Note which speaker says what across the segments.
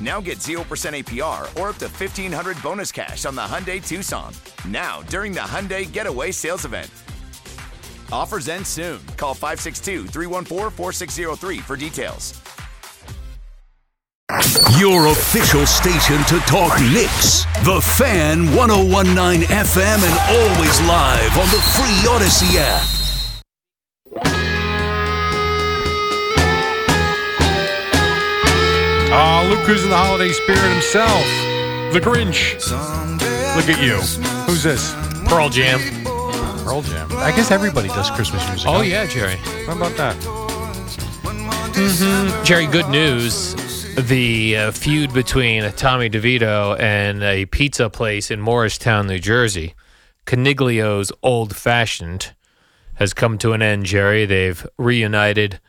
Speaker 1: Now get 0% APR or up to 1500 bonus cash on the Hyundai Tucson. Now, during the Hyundai Getaway Sales Event. Offers end soon. Call 562 314 4603 for details.
Speaker 2: Your official station to talk Knicks. The Fan 1019 FM and always live on the free Odyssey app.
Speaker 3: Ah, Luke Luca's in the holiday spirit himself. The Grinch. Look at you. Who's this?
Speaker 4: Pearl Jam.
Speaker 3: Pearl Jam. I guess everybody does Christmas music.
Speaker 4: Oh
Speaker 3: huh?
Speaker 4: yeah, Jerry.
Speaker 3: How about that?
Speaker 4: Jerry, good news. The uh, feud between Tommy DeVito and a pizza place in Morristown, New Jersey, Caniglio's Old Fashioned, has come to an end, Jerry. They've reunited.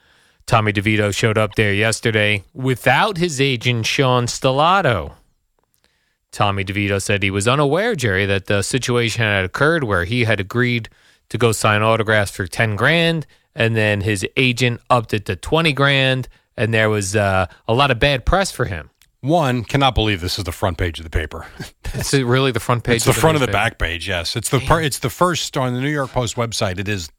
Speaker 4: Tommy DeVito showed up there yesterday without his agent, Sean Stellato. Tommy DeVito said he was unaware, Jerry, that the situation had occurred where he had agreed to go sign autographs for 10 grand and then his agent upped it to 20 grand and there was uh, a lot of bad press for him.
Speaker 3: One cannot believe this is the front page of the paper.
Speaker 4: That's really the front page.
Speaker 3: it's the front of the
Speaker 4: newspaper.
Speaker 3: back page. Yes, it's the per, it's the first on the New York Post website. It is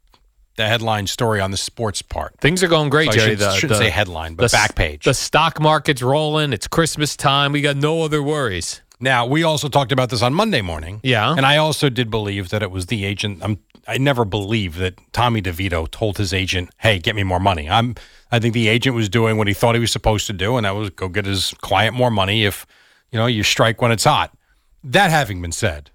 Speaker 3: the headline story on the sports part.
Speaker 4: Things are going
Speaker 3: So
Speaker 4: great,
Speaker 3: I
Speaker 4: Jerry.
Speaker 3: should- shouldn't say headline, but
Speaker 4: the s-
Speaker 3: back page.
Speaker 4: The stock market's rolling. It's Christmas time. We got no other worries.
Speaker 3: Now we also talked about this on Monday morning.
Speaker 4: Yeah.
Speaker 3: and I also did believe that it was the agent. I'm, I never believed that Tommy DeVito told his agent, "Hey, get me more money." I'm. I think the agent was doing what he thought he was supposed to do, and that was go get his client more money. If you know, you strike when it's hot. That having been said,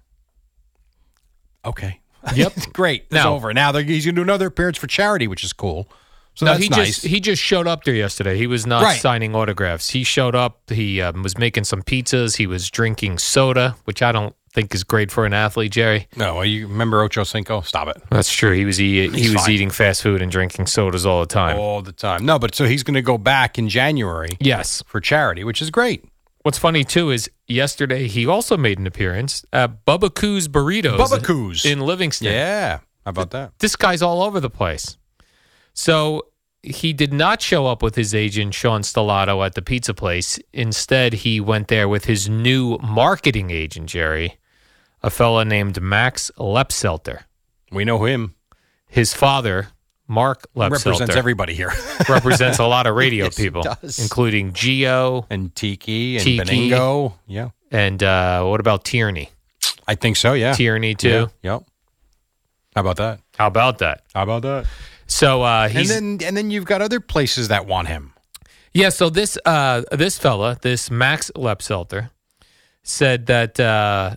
Speaker 3: okay,
Speaker 4: Yep.
Speaker 3: great, it's
Speaker 4: Now-
Speaker 3: over. Now they're, he's going to do another appearance for charity, which is cool. So
Speaker 4: no,
Speaker 3: that's
Speaker 4: he
Speaker 3: nice.
Speaker 4: just he just showed up there yesterday. He was not
Speaker 3: Right.
Speaker 4: signing autographs. He showed up. He um, was making some pizzas. He was drinking soda, which I don't think is great for an athlete, Jerry.
Speaker 3: no, you remember Ocho Cinco? Stop it.
Speaker 4: That's true. He was e- he
Speaker 3: He's
Speaker 4: was
Speaker 3: fine. Oh.
Speaker 4: eating fast food and drinking sodas all the time.
Speaker 3: All the time. No, but so he's going to go back in January
Speaker 4: Yes.
Speaker 3: for charity, which is great.
Speaker 4: What's funny too is yesterday he also made an appearance at Bubba Coos Burritos.
Speaker 3: Bubba Coos.
Speaker 4: in Livingston.
Speaker 3: Yeah. How about that?
Speaker 4: This guy's all over the place. So he did not show up with his agent Sean Stellato at the pizza place. Instead, he went there with his new marketing agent Jerry, a fella named Max Lepselter.
Speaker 3: We know him.
Speaker 4: His father, Mark Lepselter,
Speaker 3: Represents everybody here.
Speaker 4: represents a lot of radio
Speaker 3: Yes, he
Speaker 4: people,
Speaker 3: does.
Speaker 4: including Geo
Speaker 3: and Tiki and
Speaker 4: Tiki.
Speaker 3: Beningo. Yeah.
Speaker 4: and uh, what about Tierney?
Speaker 3: I think so. Yeah.
Speaker 4: Tierney too.
Speaker 3: Yeah. Yep. How about that?
Speaker 4: How about that?
Speaker 3: How about that?
Speaker 4: So uh, he's
Speaker 3: and then and then you've got other places that want him.
Speaker 4: yeah. So this uh, this fella, this Max Lepselter, said that uh,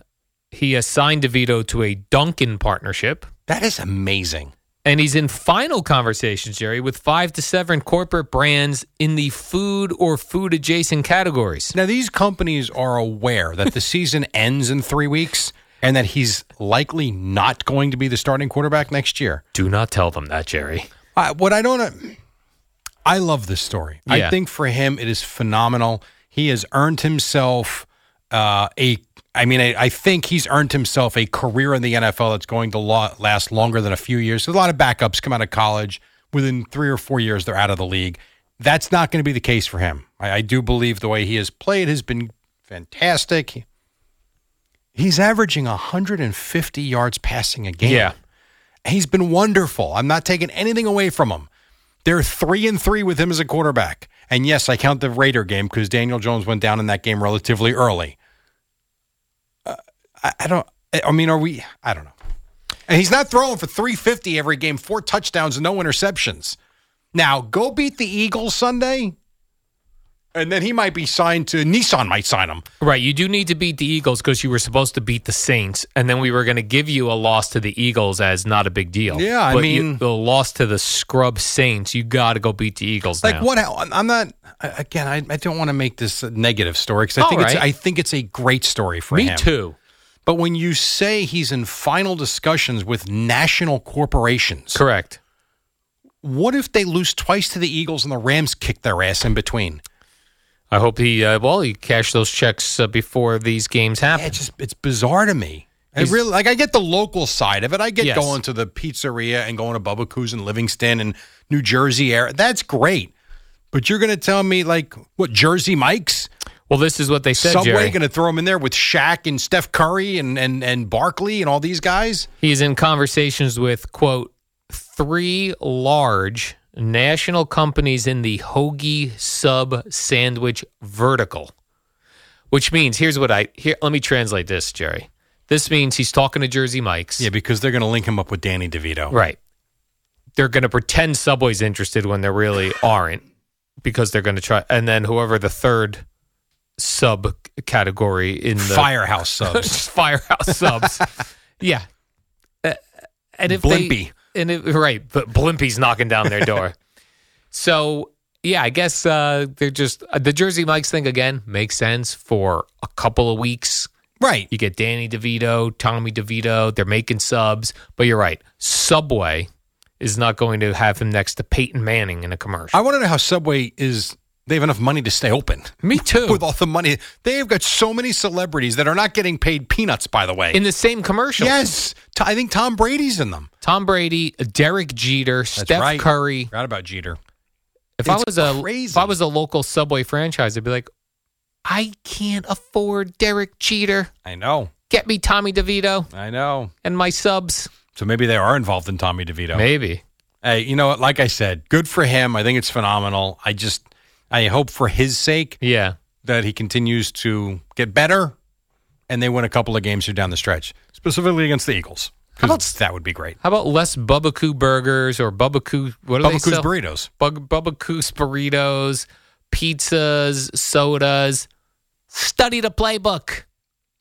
Speaker 4: he assigned DeVito to a Duncan partnership,
Speaker 3: That is amazing.
Speaker 4: And he's in final conversations, Jerry, with five to seven corporate brands in the food or food adjacent categories.
Speaker 3: Now, these companies are aware that the season ends in three weeks and that he's likely not going to be the starting quarterback next year.
Speaker 4: Do not tell them that, Jerry.
Speaker 3: I, what I don't, uh, I love this story. I
Speaker 4: Yeah.
Speaker 3: think for him, it is phenomenal. He has earned himself uh, a. I mean, I, I think he's earned himself a career in the NFL that's going to lo- last longer than a few years. There's a lot of backups come out of college within three or four years; they're out of the league. That's not going to be the case for him. I, I do believe the way he has played has been fantastic. He- he's averaging 150 yards passing a game.
Speaker 4: Yeah.
Speaker 3: He's been wonderful. I'm not taking anything away from him. They're three and three with him as a quarterback. And yes, I count the Raider game because Daniel Jones went down in that game relatively early. Uh, I, I don't. I- I mean, are we? I don't know. And he's not throwing for 350 every game, four touchdowns, and no interceptions. Now go beat the Eagles Sunday, and then he might be signed to Nissan. Might sign him.
Speaker 4: Right. You do need to beat the Eagles because you were supposed to beat the Saints, and then we were going to give you a loss to the Eagles as not a big deal.
Speaker 3: Yeah, I
Speaker 4: but you-
Speaker 3: mean-
Speaker 4: the loss to the scrub Saints, you got to go beat the Eagles.
Speaker 3: Like
Speaker 4: now.
Speaker 3: what? I'm I'm not. I- Again, I, I don't want to make this a negative story because I
Speaker 4: All
Speaker 3: think it's
Speaker 4: right.
Speaker 3: I think it's a great story for
Speaker 4: Me
Speaker 3: him.
Speaker 4: too.
Speaker 3: But when you say he's in final discussions with national corporations,
Speaker 4: Correct.
Speaker 3: what if they lose twice to the Eagles and the Rams kick their ass in between?
Speaker 4: I hope he uh, well he cashed those checks uh, before these games happen.
Speaker 3: It just it's bizarre to me. I
Speaker 4: He's-
Speaker 3: really like I get the local side of it. I get
Speaker 4: Yes.
Speaker 3: going to the pizzeria and going to Bubba Coos in Livingston and New Jersey area. That's great. But you're going to tell me like what Jersey Mike's
Speaker 4: well, this is what they said,
Speaker 3: Subway
Speaker 4: Jerry.
Speaker 3: going to throw him in there with Shaq and Steph Curry and and and Barkley and all these guys?
Speaker 4: He's in conversations with quote three large national companies in the hoagie sub sandwich vertical, which means here's what I here. Let me translate this, Jerry. This means he's talking to Jersey Mike's.
Speaker 3: Yeah, because they're going to link him up with Danny DeVito.
Speaker 4: Right. They're going to pretend Subway's interested when they really aren't because they're going to try. And then whoever the third sub category in the
Speaker 3: Firehouse subs.
Speaker 4: Just firehouse subs. yeah. Uh, and if
Speaker 3: Blimpy.
Speaker 4: They, and if, right, but Blimpy's knocking down their door. so yeah, I guess uh, they're just uh, the Jersey Mike's thing again makes sense for a couple of weeks.
Speaker 3: right.
Speaker 4: You get Danny DeVito, Tommy DeVito. They're making subs, but you're right. Subway is not going to have him next to Peyton Manning in a commercial.
Speaker 3: I want to know how Subway is. They have enough money to stay open.
Speaker 4: Me too.
Speaker 3: With all the money, they have got so many celebrities that are not getting paid peanuts. By the way,
Speaker 4: in the same commercial,
Speaker 3: yes, T- I think Tom Brady's in them.
Speaker 4: Tom Brady, Derek Jeter, Steph
Speaker 3: right.
Speaker 4: Curry.
Speaker 3: Right about Jeter.
Speaker 4: If I
Speaker 3: It's
Speaker 4: was a
Speaker 3: crazy.
Speaker 4: if I was a local Subway franchise, I'd be like, I can't afford Derek Cheater.
Speaker 3: I know.
Speaker 4: Get me Tommy DeVito
Speaker 3: I know.
Speaker 4: and my subs.
Speaker 3: So maybe they are involved in Tommy DeVito.
Speaker 4: Maybe.
Speaker 3: Hey, you know what? Like I said, good for him. I think it's phenomenal. I just, I hope for his sake
Speaker 4: Yeah.
Speaker 3: that he continues to get better, and they win a couple of games here down the stretch, specifically against the Eagles.
Speaker 4: How about-
Speaker 3: Because that would be great.
Speaker 4: How about less Bubba Coo burgers or Bubba Coo? What are
Speaker 3: Bubba
Speaker 4: they
Speaker 3: Coos
Speaker 4: sell?
Speaker 3: burritos.
Speaker 4: Bug, Bubba Coos burritos, pizzas, sodas. Study the playbook.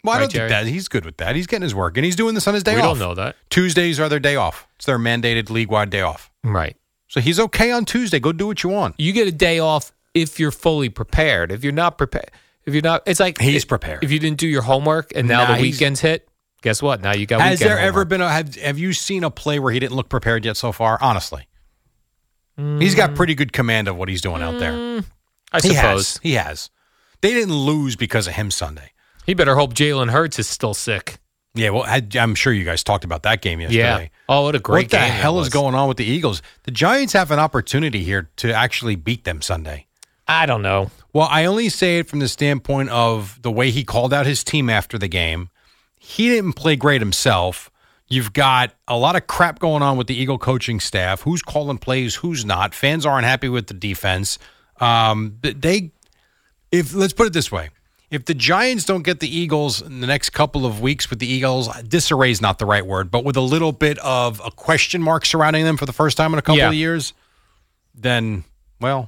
Speaker 3: Well, I
Speaker 4: Right,
Speaker 3: don't
Speaker 4: Jerry?
Speaker 3: think that he's good with that. He's getting his work, and he's doing this on his day
Speaker 4: we
Speaker 3: off.
Speaker 4: don't know that.
Speaker 3: Tuesdays are their day off. It's their mandated league-wide day off.
Speaker 4: Right.
Speaker 3: So he's okay on Tuesday. Go do what you want.
Speaker 4: You get a day off if you're fully prepared. If you're not prepared, if you're not, it's like
Speaker 3: He's
Speaker 4: i-
Speaker 3: prepared.
Speaker 4: If you didn't do your homework and now
Speaker 3: Nah,
Speaker 4: the
Speaker 3: he's-
Speaker 4: weekend's hit, guess what? Now you got.
Speaker 3: Has
Speaker 4: weekend
Speaker 3: there ever
Speaker 4: homework.
Speaker 3: been a have Have you seen a play where he didn't look prepared yet so far? Honestly, he's got pretty good command of what he's doing out there.
Speaker 4: I
Speaker 3: He
Speaker 4: Hmm. suppose
Speaker 3: has. He has. They didn't lose because of him Sunday.
Speaker 4: He better hope Jalen Hurts is still sick.
Speaker 3: Yeah, well, I, I'm sure you guys talked about that game yesterday.
Speaker 4: Yeah. Oh, what a great
Speaker 3: what the
Speaker 4: game that
Speaker 3: hell is
Speaker 4: was.
Speaker 3: going on with the Eagles? The Giants have an opportunity here to actually beat them Sunday.
Speaker 4: I don't know.
Speaker 3: Well, I only say it from the standpoint of the way he called out his team after the game. He didn't play great himself. You've got a lot of crap going on with the Eagle coaching staff. Who's calling plays? Who's not? Fans aren't happy with the defense. Um, th- they, if let's put it this way, if the Giants don't get the Eagles in the next couple of weeks with the Eagles, disarray is not the right word, but with a little bit of a question mark surrounding them for the first time in a couple
Speaker 4: Yeah.
Speaker 3: of years, then well,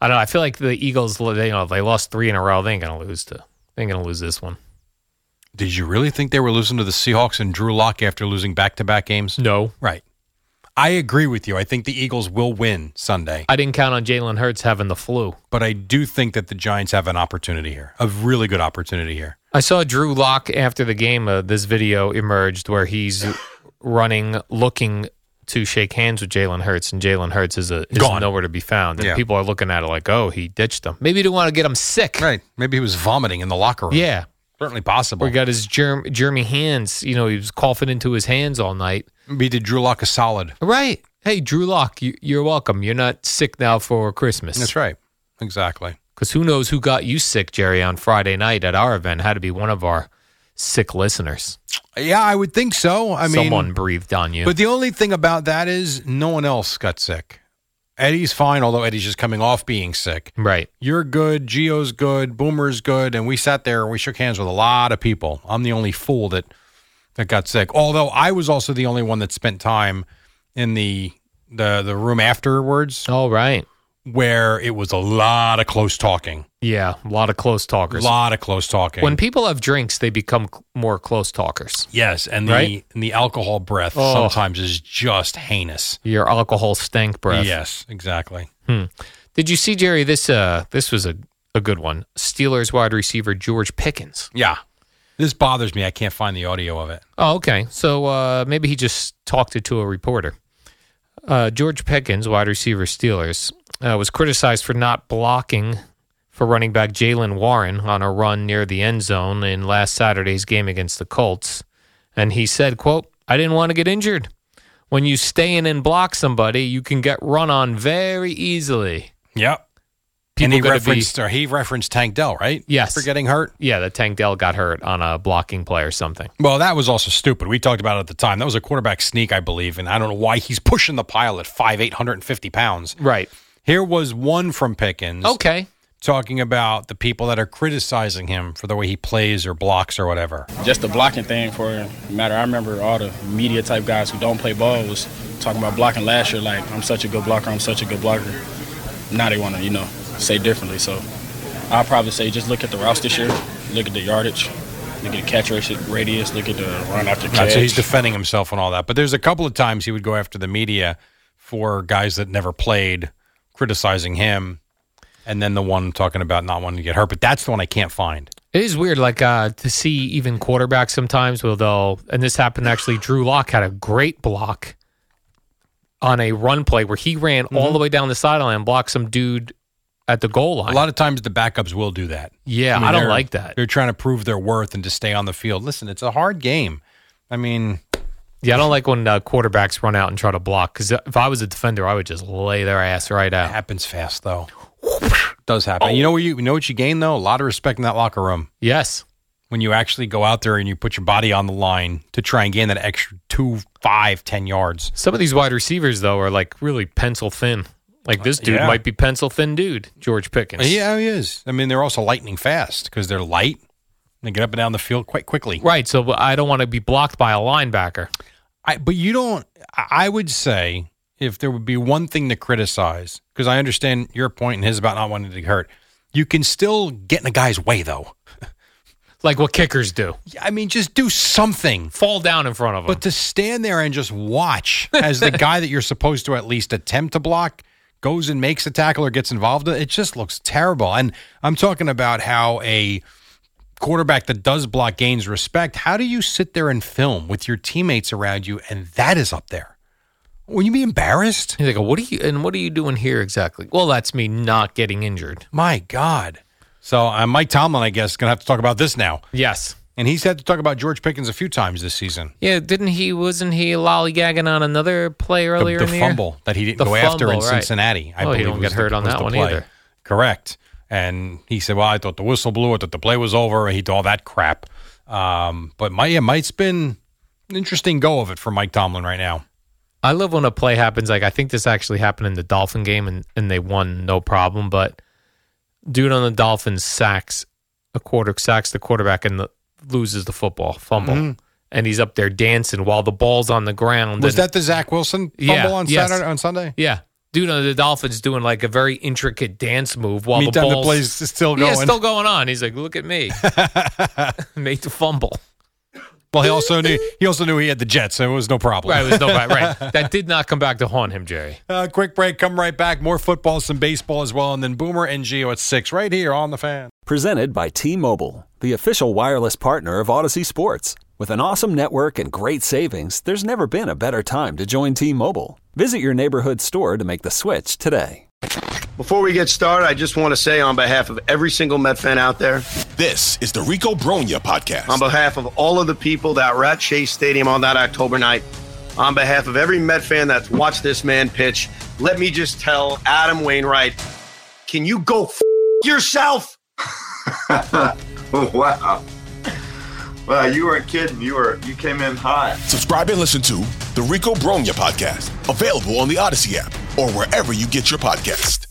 Speaker 4: I don't know. I feel like the Eagles, they, you know, they lost three in a row. They ain't gonna lose to. They ain't gonna lose this one.
Speaker 3: Did you really think they were losing to the Seahawks and Drew Lock after losing back to back games?
Speaker 4: No.
Speaker 3: Right. I agree with you. I think the Eagles will win Sunday.
Speaker 4: I didn't count on Jalen Hurts having the flu,
Speaker 3: but I do think that the Giants have an opportunity here, a really good opportunity here.
Speaker 4: I saw Drew Lock after the game. Uh, this video emerged where he's running, looking to shake hands with Jalen Hurts, and Jalen Hurts is, a, is
Speaker 3: Gone.
Speaker 4: nowhere to be found. And
Speaker 3: Yeah.
Speaker 4: people are looking at it like, oh, he ditched them. Maybe he didn't want to get them sick.
Speaker 3: Right. Maybe he was vomiting in the locker room.
Speaker 4: Yeah.
Speaker 3: Certainly possible.
Speaker 4: We got his germ, germy hands. You know, he was coughing into his hands all night.
Speaker 3: We did Drew Lock a solid.
Speaker 4: Right. Hey, Drew Lock, you, you're welcome. You're not sick now for Christmas.
Speaker 3: That's right. Exactly.
Speaker 4: Because who knows who got you sick, Jerry, on Friday night at our event? Had to be one of our sick listeners.
Speaker 3: Yeah, I would think so. I mean,
Speaker 4: someone breathed on you.
Speaker 3: But the only thing about that is no one else got sick. Eddie's fine, although Eddie's just coming off being sick.
Speaker 4: right.
Speaker 3: You're good, Geo's good, Boomer's good, and we sat there and we shook hands with a lot of people. I'm the only fool that that got sick. Although I was also the only one that spent time in the the the room afterwards
Speaker 4: All right.
Speaker 3: where it was a lot of close talking.
Speaker 4: Yeah, a lot of close
Speaker 3: A
Speaker 4: talkers.
Speaker 3: lot of close talking.
Speaker 4: When people have drinks, they become c- more close talkers.
Speaker 3: yes, and the
Speaker 4: Right?
Speaker 3: and the alcohol breath
Speaker 4: Oh.
Speaker 3: sometimes is just heinous.
Speaker 4: Your alcohol stank breath.
Speaker 3: Yes, exactly.
Speaker 4: Hmm. Did you see Jerry? This uh, this was a, a good one. Steelers wide receiver George Pickens.
Speaker 3: Yeah. This bothers me. I can't find the audio of it.
Speaker 4: Oh, okay. So uh, maybe he just talked it to a reporter. Uh, George Pickens, wide receiver Steelers, uh, was criticized for not blocking for running back Jalen Warren on a run near the end zone in last Saturday's game against the Colts, and he said, "quote I didn't want to get injured. When you stay in and block somebody, you can get run on very easily."
Speaker 3: Yep. and he
Speaker 4: gotta be-
Speaker 3: referenced or he referenced Tank Dell, right?
Speaker 4: Yes.
Speaker 3: For getting hurt.
Speaker 4: Yeah, that Tank Dell got hurt on a blocking play or something.
Speaker 3: Well, that was also stupid. We talked about it at the time. That was a quarterback sneak, I believe, and I don't know why he's pushing the pile at five, eight hundred and fifty pounds.
Speaker 4: Right.
Speaker 3: Here was one from Pickens
Speaker 4: Okay.
Speaker 3: talking about the people that are criticizing him for the way he plays or blocks or whatever.
Speaker 5: just the blocking thing for matter. I remember all the media type guys who don't play ball was talking about blocking last year. Like I'm such a good blocker. I'm such a good blocker. Now they want to you know say differently. So I'll probably say just look at the routes this year. Look at the yardage. Look at the catch rati- radius. Look at the run after
Speaker 3: Right,
Speaker 5: catch.
Speaker 3: so he's defending himself and all that. But there's a couple of times he would go after the media for guys that never played, criticizing him, and then the one talking about not wanting to get hurt. But that's the one I can't find.
Speaker 4: It is weird, like uh, to see even quarterbacks sometimes will they'll and this happened actually. Drew Lock had a great block on a run play where he ran
Speaker 5: Mm-hmm.
Speaker 4: all the way down the sideline and blocked some dude at the
Speaker 3: A
Speaker 4: goal line.
Speaker 3: lot of times the backups will do that.
Speaker 4: yeah, I,
Speaker 3: mean,
Speaker 4: don't
Speaker 3: they're-
Speaker 4: like that.
Speaker 3: They're trying to prove their worth and to stay on the field. Listen, it's a hard game. I mean,
Speaker 4: Yeah, I don't like when uh, quarterbacks run out and try to block because if I was a defender, I would just lay their ass right
Speaker 3: it
Speaker 4: out.
Speaker 3: happens fast though. does happen.
Speaker 4: Oh.
Speaker 3: You know what you, you know what you gain though? A lot of respect in that locker room.
Speaker 4: Yes,
Speaker 3: When you actually go out there and you put your body on the line to try and gain that extra two, five, ten yards.
Speaker 4: some of these wide receivers though are like really pencil thin. Like this dude
Speaker 3: Yeah.
Speaker 4: might be pencil thin dude, George Pickens.
Speaker 3: Yeah, he is. I mean, they're also lightning fast because they're light. They get up and down the field quite quickly.
Speaker 4: Right, so I don't want to be blocked by a linebacker.
Speaker 3: I, but you don't. I I would say if there would be one thing to criticize, because I understand your point and his about not wanting to get hurt, you can still get in a guy's way though.
Speaker 4: like what kickers do.
Speaker 3: I mean, just do something.
Speaker 4: Fall down in front of them.
Speaker 3: But to stand there and just watch as the guy that you're supposed to at least attempt to block goes and makes a tackle or gets involved, it just looks terrible. And I'm talking about how a quarterback that does block gains respect. How do you sit there and film with your teammates around you and that is up there? Will you be embarrassed?
Speaker 4: He's like, what are you and what are you doing here exactly? Well, that's me not getting injured.
Speaker 3: My God. So uh, Mike Tomlin, I guess, going to have to talk about this now.
Speaker 4: Yes.
Speaker 3: And he's had to talk about George Pickens a few times this season.
Speaker 4: Yeah, didn't he? Wasn't he lollygagging on another play earlier
Speaker 3: the,
Speaker 4: in the year?
Speaker 3: fumble that he didn't
Speaker 4: The
Speaker 3: go after in
Speaker 4: fumble, right.
Speaker 3: Cincinnati. I
Speaker 4: oh,
Speaker 3: believe
Speaker 4: he don't
Speaker 3: was
Speaker 4: get hurt
Speaker 3: the-
Speaker 4: on
Speaker 3: was
Speaker 4: that
Speaker 3: the
Speaker 4: one
Speaker 3: play.
Speaker 4: either.
Speaker 3: Correct. And he said, "Well, I thought the whistle blew. I thought the play was over. He did all that crap." Um, but my, yeah, Mike's been an interesting go of it for Mike Tomlin right now.
Speaker 4: I love when a play happens. Like I think this actually happened in the Dolphin game, and, and they won no problem. But dude on the Dolphins sacks a quarter sacks the quarterback and the, loses the football fumble,
Speaker 3: Mhm.
Speaker 4: and he's up there dancing while the ball's on the ground.
Speaker 3: Was
Speaker 4: and-
Speaker 3: that the Zach Wilson fumble
Speaker 4: Yeah,
Speaker 3: on
Speaker 4: yes.
Speaker 3: Saturday on Sunday?
Speaker 4: Yeah. Dude on the Dolphins doing like a very intricate dance move while the
Speaker 3: Meantime, the
Speaker 4: ball's
Speaker 3: play's s- still
Speaker 4: Yeah,
Speaker 3: going.
Speaker 4: still going on. He's like, look at me. Make the fumble.
Speaker 3: Well, he also knew he also knew he had the Jets, so it was no problem.
Speaker 4: Right, it was no right. That did not come back to haunt him, Jerry.
Speaker 3: Uh, quick break. Come right back. More football, some baseball as well, and then Boomer and Geo at six, right here on the fan.
Speaker 6: Presented by T Mobile, the official wireless partner of Odyssey Sports. With an awesome network and great savings, there's never been a better time to join T Mobile. Visit your neighborhood store to make the switch today.
Speaker 1: Before we get started, I just want to say on behalf of every single Met fan out there,
Speaker 7: This is the Rico Bronya podcast.
Speaker 1: on behalf of all of the people that were at Chase Stadium on that October night, on behalf of every Met fan that's watched this man pitch, let me just tell Adam Wainwright, can you go f- yourself?
Speaker 8: wow. Wow, you weren't kidding. You were you came in hot.
Speaker 7: Subscribe and listen to the Rico Bronya podcast, available on the Odyssey app or wherever you get your podcast.